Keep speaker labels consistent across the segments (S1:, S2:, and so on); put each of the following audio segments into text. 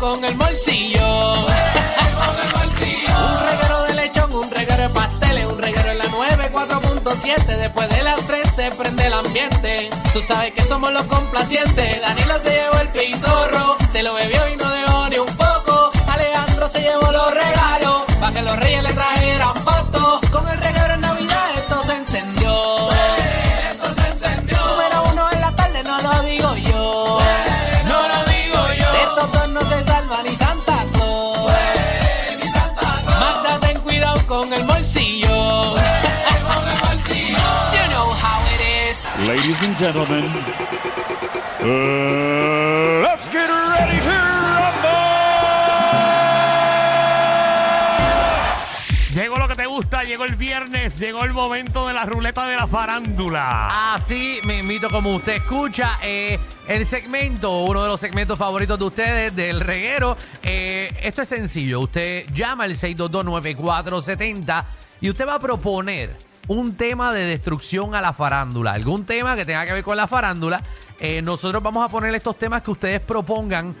S1: con el morcillo. Un reguero de lechón, un reguero de pasteles, un reguero en la 9, 4.7. Después de las 3 se prende el ambiente. Tú sabes que somos los complacientes. Danilo se llevó el pitorro, se lo bebió y no dejó ni un poco. Alejandro se llevó los regalos, para que los reyes le trajeran fotos. Con el reguero en Navidad esto se encendió. esto se encendió. Número uno en la tarde, no lo digo yo. no lo digo yo. De estos dos no se salva ni Santa Claus. Magda, ten cuidado con el bolsillo. You know how it is.
S2: Ladies and gentlemen, uh, let's get ready to rumble!
S3: Llegó lo que te gusta, llegó el viernes, llegó el momento de la ruleta de la farándula.
S4: Así Ah, me invito como usted escucha eh, el segmento, uno de los segmentos favoritos de ustedes del reguero. Eh, esto es sencillo, usted llama al 6229470 y usted va a proponer un tema de destrucción a la farándula, algún tema que tenga que ver con la farándula. Eh, nosotros vamos a poner estos temas que ustedes propongan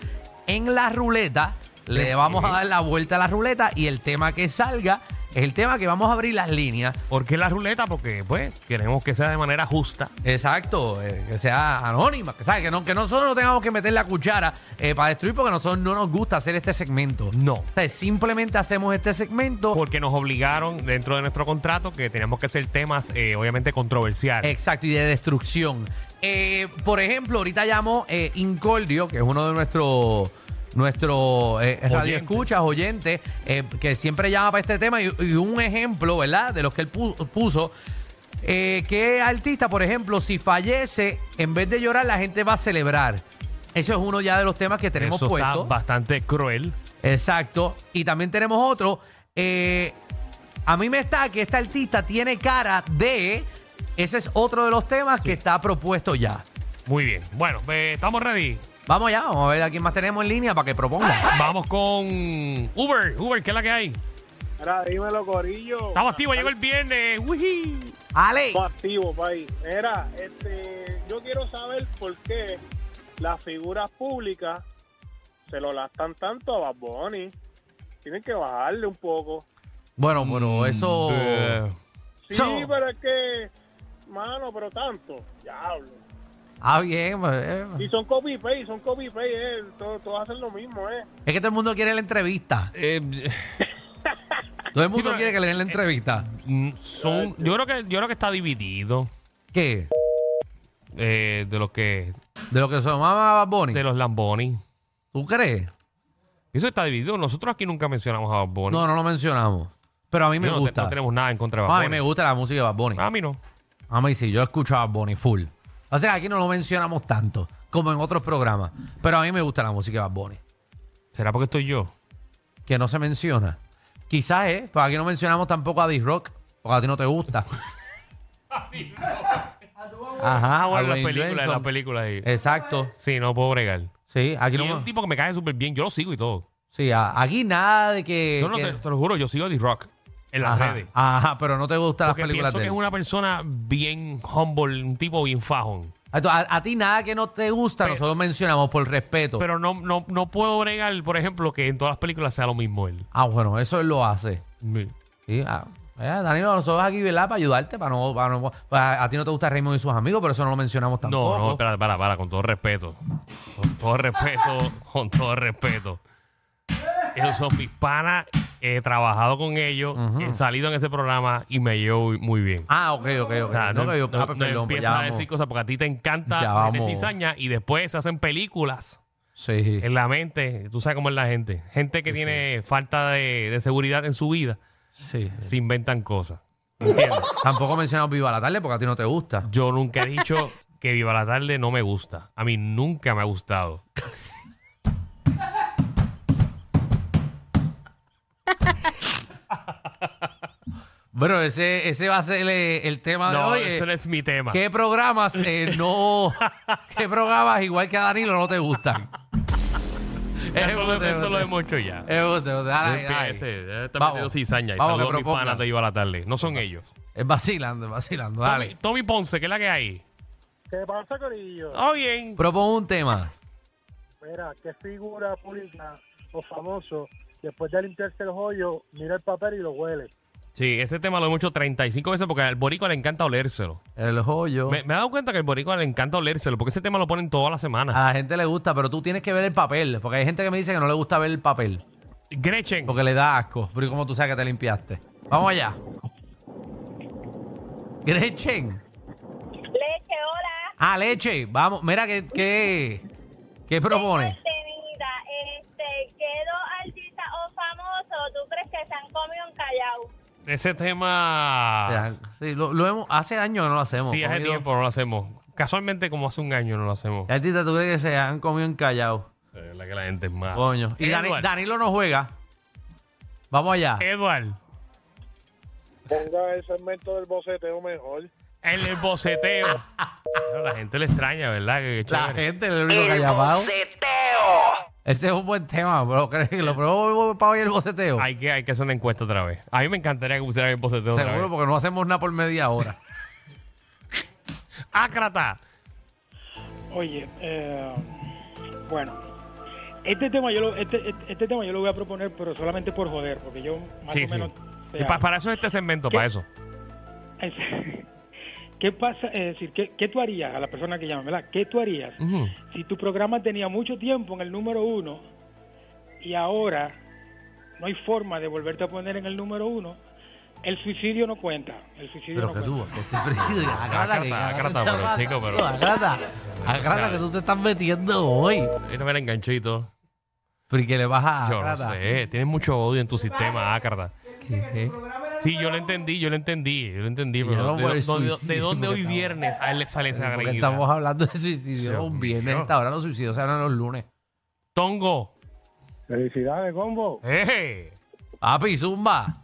S4: en la ruleta. Le vamos a dar la vuelta a la ruleta y el tema que salga es el tema que vamos a abrir las líneas.
S3: ¿Por qué la ruleta? Porque, pues, queremos que sea de manera justa.
S4: Exacto, eh, que sea anónima, que, ¿sabes? Que, no, que nosotros no tengamos que meter la cuchara eh, para destruir porque a nosotros no nos gusta hacer este segmento.
S3: No.
S4: O sea, simplemente hacemos este segmento.
S3: Porque nos obligaron dentro de nuestro contrato que teníamos que hacer temas, eh, obviamente, controversiales.
S4: Exacto, y de destrucción. Eh, por ejemplo, ahorita llamo eh, Incordio, que es uno de nuestros nuestro eh, radioescuchas, oyentes, eh, que siempre llama para este tema, y, y un ejemplo, ¿verdad? De los que él pu- puso. eh, ¿Qué artista, por ejemplo, si fallece, en vez de llorar, la gente va a celebrar? Eso es uno ya de los temas que tenemos
S3: Eso
S4: puesto.
S3: está bastante cruel.
S4: Exacto. Y también tenemos otro. eh, a mí me está que esta artista tiene cara de. Ese es otro de los temas que está propuesto ya.
S3: Muy bien. Bueno, eh, estamos ready.
S4: Vamos ya, vamos a ver a quién más tenemos en línea para que proponga.
S3: Vamos con Uber. Uber, ¿qué es la que hay?
S5: Ahora dímelo, Corillo.
S3: Estamos activos, llegó el viernes. Ují.
S4: Ale,
S5: Estamos activos, país. Mira, este, yo quiero saber por qué las figuras públicas se lo lastan tanto a Bad Bunny. Tienen que bajarle un poco.
S3: Mm,
S4: Bueno, bueno, eso.
S3: Eh,
S5: Sí,
S4: So-
S5: pero es que, mano, pero tanto. Diablo.
S4: Ah, bien. eh.
S5: Y son copy-paste, son copy-paste. Eh. Todos, todos hacen lo mismo, ¿eh?
S4: Es que todo el mundo quiere la entrevista. Todo el mundo
S3: pero- eh,
S4: quiere que le den la entrevista.
S3: mm, son, yo creo que yo creo que está dividido
S4: ¿Qué?
S3: eh, de los que
S4: ¿De lo que se llamaba Bad Bunny?
S3: de los Lamboni.
S4: ¿Tú crees?
S3: Eso está dividido. Nosotros aquí nunca mencionamos a Bad Bunny.
S4: No, no lo mencionamos. Pero a mí me
S3: Yo no te-
S4: gusta.
S3: No tenemos nada en contra de Bad
S4: a
S3: Bunny. Ah,
S4: mí me gusta la música de Bad Bunny.
S3: A mí no.
S4: A mí sí, yo escucho a Bonnie full. O sea, aquí no lo mencionamos tanto como en otros programas. Pero a mí me gusta la música de Bad Bunny,
S3: ¿Será porque estoy yo?
S4: que no se menciona. Quizás es, pero aquí no mencionamos tampoco a D-Rock, porque a ti no te gusta. Ajá,
S3: Ah,
S4: a
S3: bueno, la
S4: Dwayne
S3: película, la
S4: Johnson.
S3: película ahí.
S4: Exacto.
S3: Eh, Sí, no puedo bregar.
S4: Sí, aquí
S3: Y
S4: no.
S3: es un tipo que me cae súper bien. Yo lo sigo y todo.
S4: Sí, a- aquí nada de que.
S3: Yo no
S4: que-
S3: te, te lo juro, yo sigo a D-Rock en las
S4: Eh, ajá,
S3: redes.
S4: ajá, pero no te gustan las
S3: Porque
S4: películas
S3: pienso
S4: de
S3: que
S4: él.
S3: es una persona bien humble, un tipo bien fajón.
S4: A, a ti nada que no te gusta,
S3: Pero-
S4: nosotros mencionamos por respeto.
S3: Pero no, no, no puedo bregar, por ejemplo, que en todas las películas sea lo mismo él.
S4: ah, bueno, eso él lo hace.
S3: Sí.
S4: Sí, ah, eh, Danilo, nosotros aquí, ¿verdad? Para ayudarte, para no... Para no- pues, a, a ti no te gusta Raymond y sus amigos, pero eso no lo mencionamos tampoco.
S3: No, no, espera, para, para, con todo respeto. Con todo respeto, con todo respeto. Esos son mis panas, he trabajado con ellos, he salido en ese programa y me llevo muy bien.
S4: Ah, ok, ok, ok.
S3: O sea,
S4: no, que yo-
S3: no-
S4: ah, pues,
S3: no
S4: perdón, pues,
S3: empiezas
S4: ya
S3: a decir
S4: vamos.
S3: cosas porque a ti te
S4: Ya
S3: encanta meter
S4: vamos.
S3: cizaña y después se hacen películas
S4: Sí.
S3: en la mente. Tú sabes cómo es la gente. Gente que tiene falta de, de seguridad en su vida,
S4: sí.
S3: se inventan cosas. ¿Entiendes?
S4: Tampoco mencionamos Viva la Tarde porque a ti no te gusta.
S3: Yo nunca he dicho que Viva la Tarde no me gusta. A mí nunca me ha gustado.
S4: Bueno, ese, ese va a ser el, el tema de
S3: No,
S4: hoy. eh,
S3: ese no es mi tema.
S4: ¿Qué programas eh, no... ¿Qué programas, igual que a Danilo, no te gustan?
S3: Ya
S4: Es
S3: Eso,
S4: un
S3: lo,
S4: tema,
S3: eso lo hemos hecho ya.
S4: es un tema, dale,
S3: Ese-
S4: dale.
S3: ese- está
S4: Vamos,
S3: metido cizaña. Y
S4: vamos,
S3: saludo
S4: que
S3: a mis
S4: propongan.
S3: panas de Viva la Tarde. No son ellos.
S4: Es vacilando, es vacilando,
S3: Tommy,
S4: dale.
S3: Tommy Ponce, ¿qué es la que hay?
S5: ¿Qué pasa, Corillo?
S3: Oh, bien.
S4: Propongo un tema.
S5: Mira, ¿qué figura pública
S6: los famosos, después de limpiarse los hoyos, mira el papel y lo huele.
S3: Sí, ese tema lo hemos hecho 35 veces porque al boricua le encanta olérselo.
S4: El joyo.
S3: Me, me he dado cuenta que al boricua le encanta olérselo porque ese tema lo ponen toda la semana.
S4: A la gente le gusta, pero tú tienes que ver el papel. Porque hay gente que me dice que no le gusta ver el papel.
S3: Gretchen,
S4: Porque le da asco. Pero como tú sabes que te limpiaste? Vamos allá. Gretchen.
S7: Leche, hola.
S4: Ah, leche. Vamos. Mira, ¿qué, qué, qué propone?
S7: Tenida, este, ¿qué dos artistas o famosos tú crees que se han comido en Callao?
S3: ese tema...
S4: Sí, lo, lo hemos, hace años que no lo hacemos.
S3: Sí, hace
S4: Comido- Eh.
S3: tiempo no lo hacemos. Casualmente, como hace un año no lo hacemos.
S4: ¿Qué artista tú crees que se han comido en Callao?
S3: Eh, La que la gente es más.
S4: Coño. Y Dani-
S3: Edward,
S4: Danilo no juega. Vamos allá.
S3: Edward,
S5: Ponga el segmento del boceteo mejor.
S3: el, el boceteo. Claro, la gente le extraña, ¿verdad? Que, que
S4: La
S3: chévere.
S4: gente es el único que ha llamado. Ese es un buen tema, pero creo que lo probó para hoy el boceteo.
S3: Hay que, hay que hacer una encuesta otra vez. A mí me encantaría que pusieran el boceteo otra
S4: Seguro,
S3: vez.
S4: porque no hacemos nada por media hora.
S3: ¡Ácrata!
S8: Oye, eh, bueno, este tema, yo lo, este, este- este tema yo lo voy a proponer, pero solamente por joder, porque yo más
S3: Sí,
S8: o
S3: sí.
S8: menos... o
S3: Y
S8: sea,
S3: pa- para eso es este segmento,
S8: ¿Qué?
S3: para eso.
S8: es- ¿Qué pasa? Es decir, ¿qué, qué tú harías a la persona que llama, verdad? ¿Qué tú harías
S3: Ujú.
S8: si tu programa tenía mucho tiempo en el número uno y ahora no hay forma de volverte a poner en el número uno? El suicidio no cuenta. El suicidio
S4: Pero
S8: no
S4: que
S8: cuenta.
S4: tú, que te presides. Agrata, que-
S3: Acata, acata,
S4: agrata,
S3: pero, chico, pero-
S4: Agrata, agrata que tú te estás metiendo hoy.
S3: Mira, mira, enganchito.
S4: Pero ¿y qué le vas a
S3: Yo
S4: agrata?
S3: no sé. Tienes mucho odio en tu sistema, Ácrata.
S4: ¿Qué?
S3: Sí, yo lo entendí, yo lo entendí, yo lo entendí.
S4: Y
S3: Pero
S4: ahora
S3: ¿de,
S4: por el
S3: dónde-
S4: suicidio,
S3: de dónde hoy
S4: cabrón.
S3: viernes a él le sale esa
S4: Porque
S3: greguita?
S4: estamos hablando de suicidio
S3: Dios
S4: un viernes.
S3: mío.
S4: a Esta hora los suicidios se hablan los lunes.
S3: Tongo.
S6: Felicidades, combo.
S3: ¡Eh!
S4: Papi, zumba.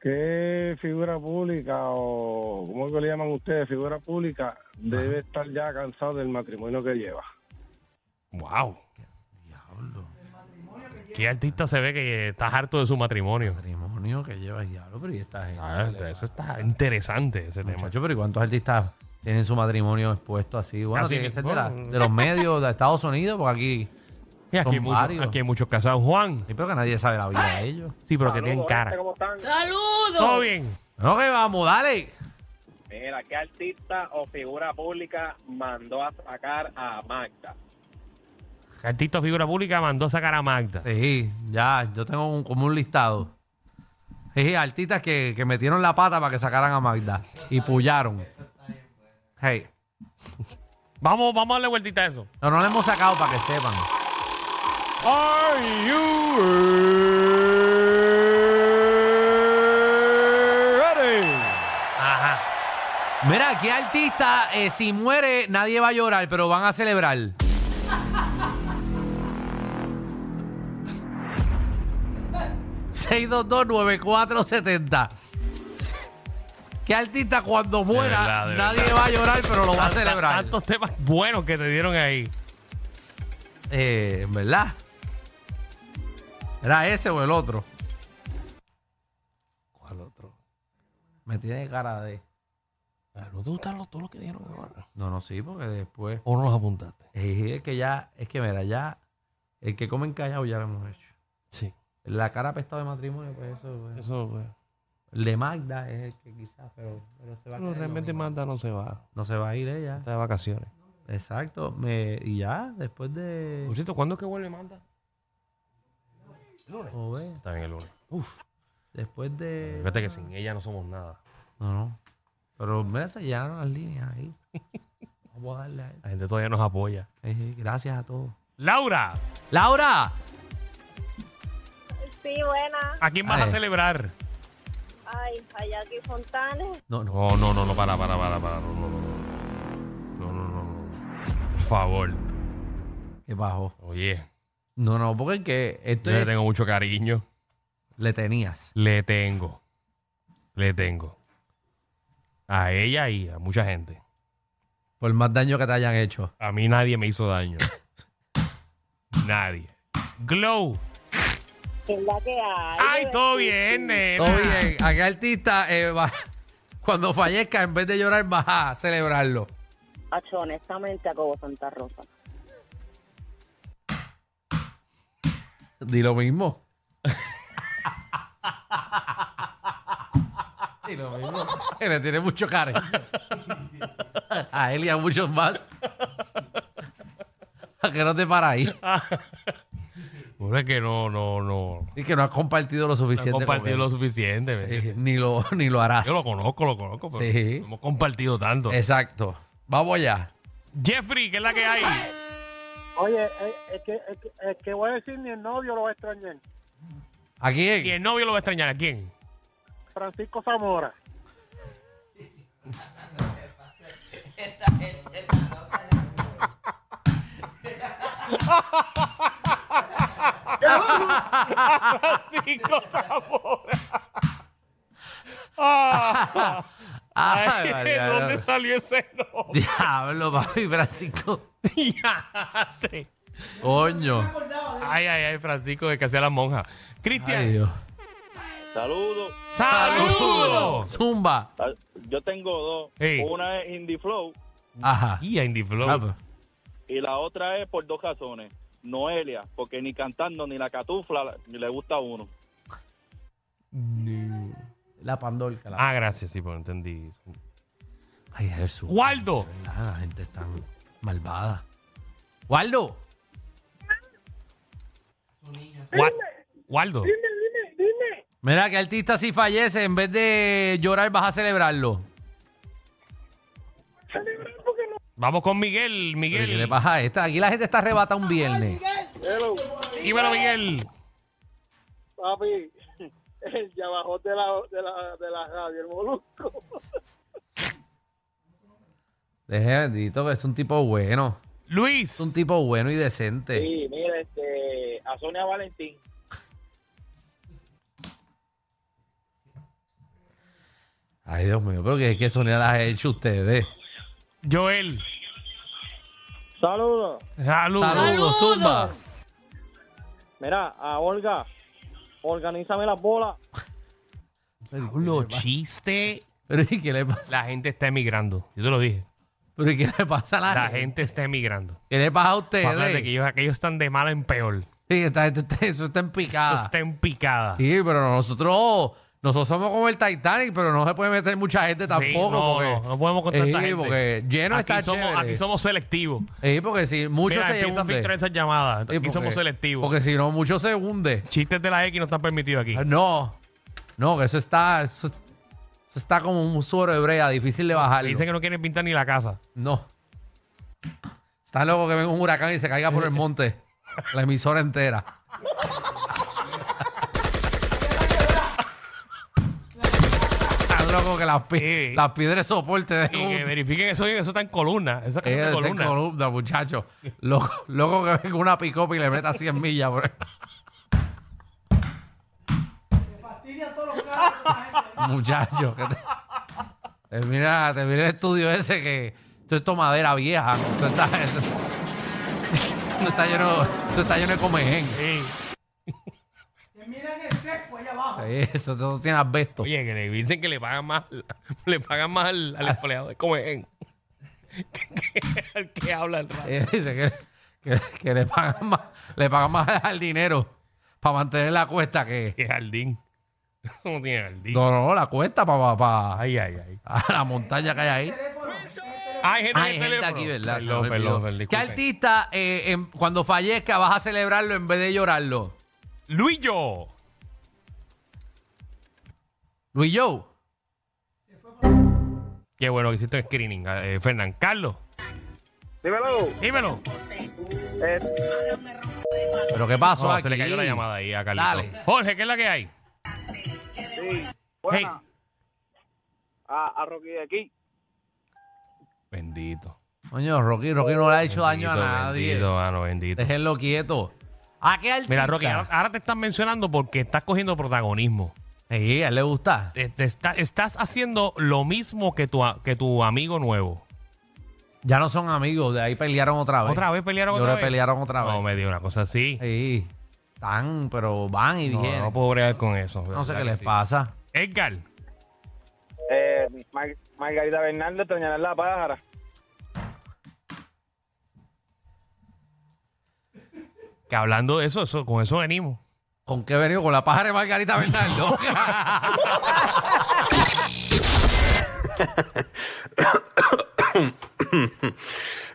S6: ¿Qué figura pública o cómo es que le llaman ustedes, figura pública, debe estar ya cansado del matrimonio que lleva?
S3: ¡Wow! ¿Qué artista se ve que está harto de su matrimonio?
S4: Matrimonio que lleva el diablo, pero y esta gente.
S3: Ah, eso está interesante, ese tema.
S4: Muchacho, pero ¿y cuántos artistas tienen su matrimonio expuesto así? Bueno,
S3: Así
S4: tiene que
S3: mismo.
S4: ser de, la- de los medios de Estados Unidos, porque aquí.
S3: Y aquí,
S4: son
S3: hay mucho-
S4: varios.
S3: aquí hay muchos casados. Juan.
S4: Sí, pero que nadie sabe la vida de ellos.
S3: Sí, pero que tienen
S5: Saludos,
S3: cara.
S5: gente, ¿cómo están?
S3: Todo bien.
S4: No, que vamos, dale.
S5: Mira, ¿qué artista o figura pública mandó a sacar a Magda?
S3: Artista o figura pública mandó a sacar a Magda.
S4: Sí, ya, yo tengo un, como un listado. Sí, artistas que, que metieron la pata para que sacaran a Magda y pullaron. Hey,
S3: Vamos, vamos a darle vueltita a eso.
S4: no, no la hemos sacado para que sepan.
S2: Are you ready?
S3: Ajá.
S4: Mira, ¿qué artista eh, si muere nadie va a llorar, pero van a celebrar? ...622-9470... ¿Qué artista cuando muera
S3: verdad, de
S4: nadie
S3: verdad.
S4: va a llorar, pero lo va a
S3: Tan-
S4: celebrar?
S3: Tantos temas buenos que te dieron ahí.
S4: Eh, en ¿Verdad? ¿Era ese o el otro?
S3: ¿Cuál otro? Ah,
S4: Me tiene cara de.
S3: ¿No te gustan los, todos los que dieron ahora?
S4: No, no, sí, porque después.
S3: ¿O no los apuntaste?
S4: Eh, es que ya, es que mira, ya. El que comen callado ya lo hemos hecho.
S3: Sí.
S4: La cara apestada de matrimonio, pues eso. pues.
S3: Eso, pues.
S4: El de Magda es el que quizás, pero, pero se va a
S3: Pero
S4: quedar
S3: realmente
S4: lo mismo.
S3: Magda no se va.
S4: No se va a ir ella.
S3: Está de vacaciones.
S4: Exacto. Me, y ya, después de.
S3: Por cierto, ¿cuándo es que vuelve Magda? Lunes.
S4: Como ves,
S3: Está bien el lunes. Uf.
S4: Después de.
S3: Fíjate que sin ella no somos nada.
S4: No, no. Pero mira, se llenaron las líneas ahí. Vamos a darle a él.
S3: La gente todavía nos apoya.
S4: Eh, gracias a todos.
S3: Laura,
S4: ¡Laura!
S7: Sí, buena.
S3: ¿a quién vas a
S4: Ay.
S3: celebrar?
S7: Ay, hay aquí Fontanes.
S3: No, no, no, no, no, para, para, para, para. No, no, no. No, no, no, no. Por favor.
S4: ¿Qué bajó?
S3: Oye,
S4: No, no, porque que esto
S3: yo le
S4: es-
S3: tengo mucho cariño.
S4: Le tenías.
S3: Le tengo. Le tengo. A ella y a mucha gente.
S4: Por más daño que te hayan hecho.
S3: A mí nadie me hizo daño. nadie. Glow.
S7: ¿Qué es la que hay?
S3: ¡Ay, todo bien, nena.
S4: Todo bien. ¿A qué artista eh, va- cuando fallezca, en vez de llorar, vas a celebrarlo?
S7: Acho, honestamente, a Cobo Santa Rosa.
S4: Di lo mismo. Di lo mismo. Él tiene mucho cariño. A él y a muchos más. A que no te para ahí.
S3: Bueno, es que no, no, no.
S4: Y que no has compartido lo
S3: No he
S4: suficiente. con
S3: compartido
S4: él.
S3: lo suficiente. ¿me entiendes?
S4: Eh, ni, lo, ni lo harás.
S3: Yo lo conozco, lo conozco, pero
S4: Sí.
S3: no hemos compartido tanto.
S4: Exacto. Vamos allá.
S3: Jeffrey, ¿qué es la que hay?
S5: Oye, eh, es que, es que, es que voy a decir ni el novio lo va a extrañar.
S4: ¿A quién?
S3: Y el novio lo va a extrañar. ¿A quién?
S5: Francisco Zamora.
S3: Cinco sabores.
S4: Ay, María,
S3: ¿Dónde
S4: no.
S3: salió ese nombre?
S4: Diablo, papi, Francisco.
S3: Diantre.
S4: Coño.
S3: Ay, ay, ay, Francisco, de que hacía la monja.
S4: Ay,
S3: Cristian,
S4: Dios.
S9: Saludos.
S3: saludos.
S4: Zumba.
S9: Ah, Yo tengo dos.
S3: Sí.
S9: Una es Indie Flow
S4: Ajá.
S3: Y a Indie Flow.
S4: Ah, pues.
S9: y la otra es por dos razones. Noelia, porque ni cantando ni la catufla la- ni le gusta a uno.
S4: La pandorca. La...
S3: Ah, gracias, sí, pues entendí.
S4: Ay, Jesús.
S3: Waldo.
S4: Ah, La gente es tan malvada. Waldo.
S3: Wa- Waldo.
S4: Mira, que artista si fallece, en vez de llorar vas a celebrarlo.
S3: Vamos con Miguel,
S4: ¿Pero ¿Qué le
S3: Miguel.
S4: pasa a esta? Aquí la gente está arrebata un viernes.
S3: Dímelo, Miguel.
S5: Papi, el ya bajó de la, de la, de la radio, el molusco.
S4: Deje bendito, que es un tipo bueno.
S3: Luis.
S4: Es un tipo bueno y decente.
S9: Sí, mira, este, a Sonia Valentín.
S4: Ay, Dios mío, pero que, que sonido las ha hecho ustedes.
S3: Joel.
S5: Saludos.
S3: Saludos.
S4: Saludos, Zumba.
S5: Mira, a Olga, organízame las bolas.
S4: Pero,
S3: Lo
S4: ¿y qué le pasa?
S3: chiste.
S4: Pero, ¿y qué le pasa?
S3: La gente está emigrando. Yo te lo dije.
S4: Pero, ¿y qué le pasa a la,
S3: La
S4: gente?
S3: gente está emigrando.
S4: ¿Qué le pasa a ustedes?
S3: Acuérdate que ellos, aquellos están de mal en peor.
S4: Sí, esta gente está- eso está en picada.
S3: Eso está en picada.
S4: Sí, pero nosotros, nosotros somos como el Titanic, pero no se puede meter mucha gente tampoco.
S3: no,
S4: porque,
S3: no, no podemos con tanta
S4: Sí,
S3: gente.
S4: porque lleno
S3: aquí
S4: está
S3: somos,
S4: chévere.
S3: Aquí somos selectivos.
S4: Sí, porque si mucho
S3: Mira,
S4: se
S3: empieza a
S4: hunde.
S3: filtrar esas llamadas.
S4: Sí,
S3: Aquí somos
S4: porque-
S3: selectivos.
S4: Porque si no, mucho se hunde.
S3: Chistes de la X no están permitidos aquí.
S4: Ah, No, no, que eso está, eso, eso está como un suero de brea, difícil de bajarlo.
S3: Dicen que no quieren pintar ni la casa.
S4: No. Está loco que venga un huracán y se caiga por el monte. la emisora entera. Está loco que las, pi-
S3: Sí.
S4: las piedras de soporte de
S3: Y que verifiquen eso, eso está en columna. Eso está
S4: Eh,
S3: en
S4: está en
S3: columna.
S4: columna, muchacho. Loco, loco que venga una pick y le meta 100 millas. Por... Muchacho, que te... te mira, te mira el estudio ese que esto es tomadera vieja. Esto está, esto está lleno, esto está lleno de comején.
S3: Sí.
S4: Eh, Esto, esto tiene asbesto.
S3: Oye, que le dicen que le pagan más, le pagan más al,
S4: Ah.
S3: al empleado de Comején que- que al que habla el rato.
S4: Eh, dice que, que- que le pagan más, le pagan más al dinero para mantener la cuesta que.
S3: Qué jardín. Eso no tiene jardín.
S4: No, no, la cuesta para
S3: Ay, ay, ay.
S4: la montaña que hay ahí.
S3: Ay, gente,
S4: Hay
S3: en el
S4: gente
S3: teléfono.
S4: aquí, ¿verdad? Se me
S3: Perdón,
S4: olvidó.
S3: perdón, perdón,
S4: ¿Qué
S3: disculpen.
S4: artista eh, em, cuando fallezca vas a celebrarlo en vez de llorarlo?
S3: Luillo.
S4: Luis Joe.
S3: Qué bueno que hiciste un screening, eh, Fernán. Carlos,
S5: Dímelo.
S3: dímelo.
S5: Eh,
S4: ¿Pero qué pasó?
S3: No, Oh, se le cayó la llamada ahí a Carlos.
S4: Dale.
S3: Jorge, ¿qué es la que hay? Hey.
S5: Ah,
S9: A, Rocky de aquí.
S3: Bendito.
S4: Coño, Rocky, Rocky no le ha hecho daño a
S3: Bendito,
S4: nadie.
S3: Bendito, mano, bendito.
S4: Déjenlo quieto. ¿A qué artista?
S3: Mira, Rocky, ahora, ahora te están mencionando porque estás cogiendo protagonismo.
S4: Sí, a él le gusta.
S3: Te- te está- estás haciendo lo mismo que tu, a- que tu amigo nuevo.
S4: Ya no son amigos, de ahí pelearon otra vez.
S3: ¿Otra vez pelearon
S4: Yo
S3: otra
S4: creo que
S3: vez?
S4: pelearon otra vez.
S3: No me dio una cosa así.
S4: Sí, están, pero van y
S3: No,
S4: vienen.
S3: no
S4: No,
S3: puedo bregar con eso. de
S4: sé
S3: verdad
S4: qué
S3: que
S4: les
S3: sí.
S4: pasa.
S3: Edgar,
S5: Eh, Mar- Margarita Bernardo, Toñanar la pájara.
S3: Que hablando de eso, eso con eso venimos.
S4: ¿Con qué venido? Con la pájara de Margarita Bernardo.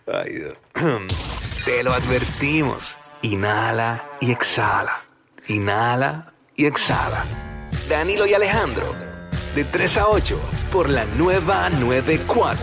S10: Ay, Dios. Te lo advertimos. Inhala y exhala. Inhala y exhala. Danilo y Alejandro, de 3 a 8, por la nueva 94.